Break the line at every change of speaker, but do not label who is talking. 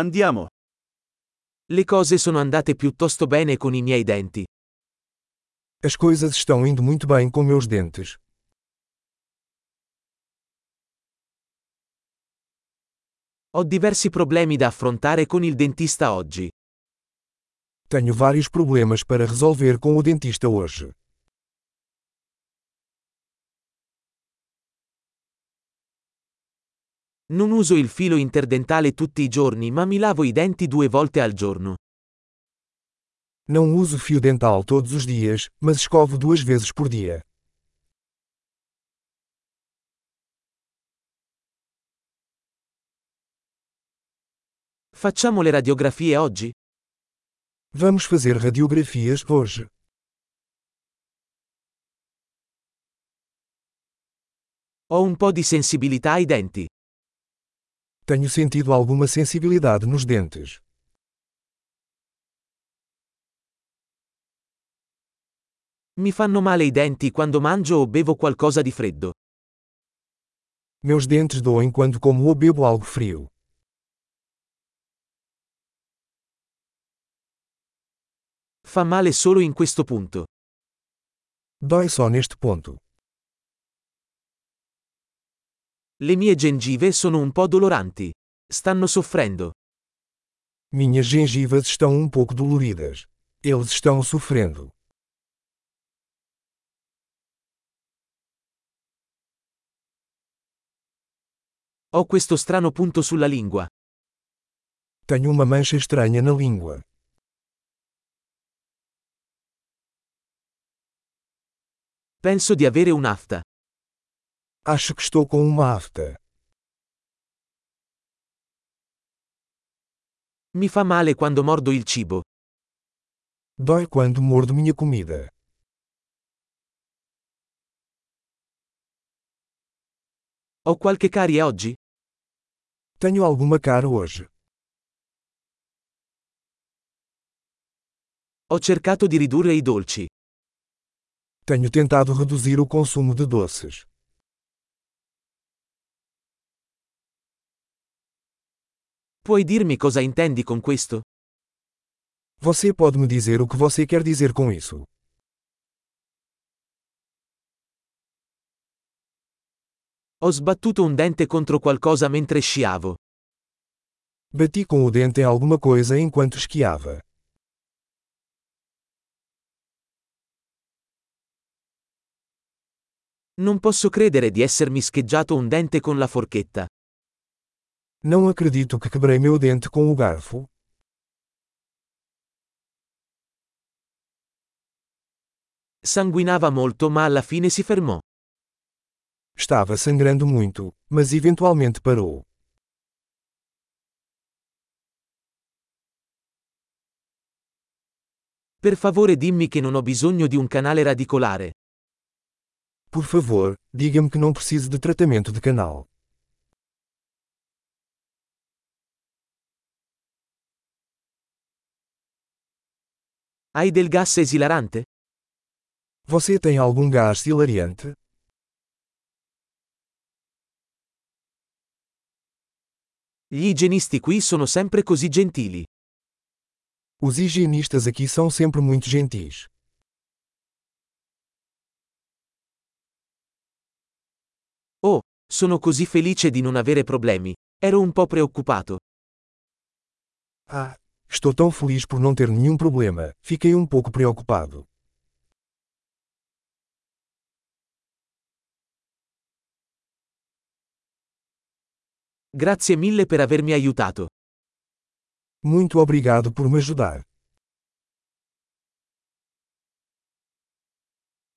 Andiamo.
Le cose sono andate piuttosto bene con i miei denti.
As coisas estão indo muito bem com meus dentes.
Ho diversi problemi da affrontare con il dentista oggi.
Tenho vários problemas para resolver com o dentista hoje.
Non uso il filo interdentale tutti i giorni ma mi lavo i denti due volte al giorno.
Não uso fio dental todos os dias, mas escovo duas vezes por dia.
Facciamo le radiografie oggi?
Vamos fazer radiografias hoje.
Ho un po' di sensibilità ai denti.
Tenho sentido alguma sensibilidade nos dentes.
Mi fanno male i denti quando mangio o bevo qualcosa di freddo.
Meus dentes doem quando como ou bebo algo frio.
Fa male solo in questo punto.
Dói só neste ponto.
Le mie gengive sono un po' doloranti. Stanno soffrendo.
Minhas gengivas estão um pouco doloridas. Eles estão sofrendo.
Ho questo strano punto sulla lingua.
Tenho uma mancha estranha na língua.
Penso di avere un'afta.
Acho que estou com uma afta.
Mi fa male quando mordo il cibo.
Dói quando mordo minha comida.
Ho qualche carie oggi?
Tenho alguma cara hoje.
Ho cercato di ridurre i dolci.
Tenho tentado reduzir o consumo de doces.
Puoi dirmi cosa intendi con questo?
Você pode me dizer o que você quer dizer com isso?
Ho sbattuto un dente contro qualcosa mentre sciavo.
Bati com o dente em alguma coisa enquanto esquiava.
Non posso credere di essermi scheggiato un dente con la forchetta.
Não acredito que quebrei meu dente com o garfo.
Sanguinava molto ma alla fine si fermò.
Estava sangrando muito, mas eventualmente parou.
Per favore dimmi che non ho bisogno di un canale radicolare.
Por favor, diga-me que não preciso de tratamento de canal.
Hai del gas esilarante?
Você tem algum gás hilariante?
Gli igienisti qui sono sempre così gentili.
Os higienistas aqui são sempre muito gentis.
Oh, sono così felice di non avere problemi. Ero un po' preoccupato.
Ah, estou tão feliz por não ter nenhum problema, fiquei um pouco preocupado.
Grazie mille per avermi aiutato.
Muito obrigado por me ajudar.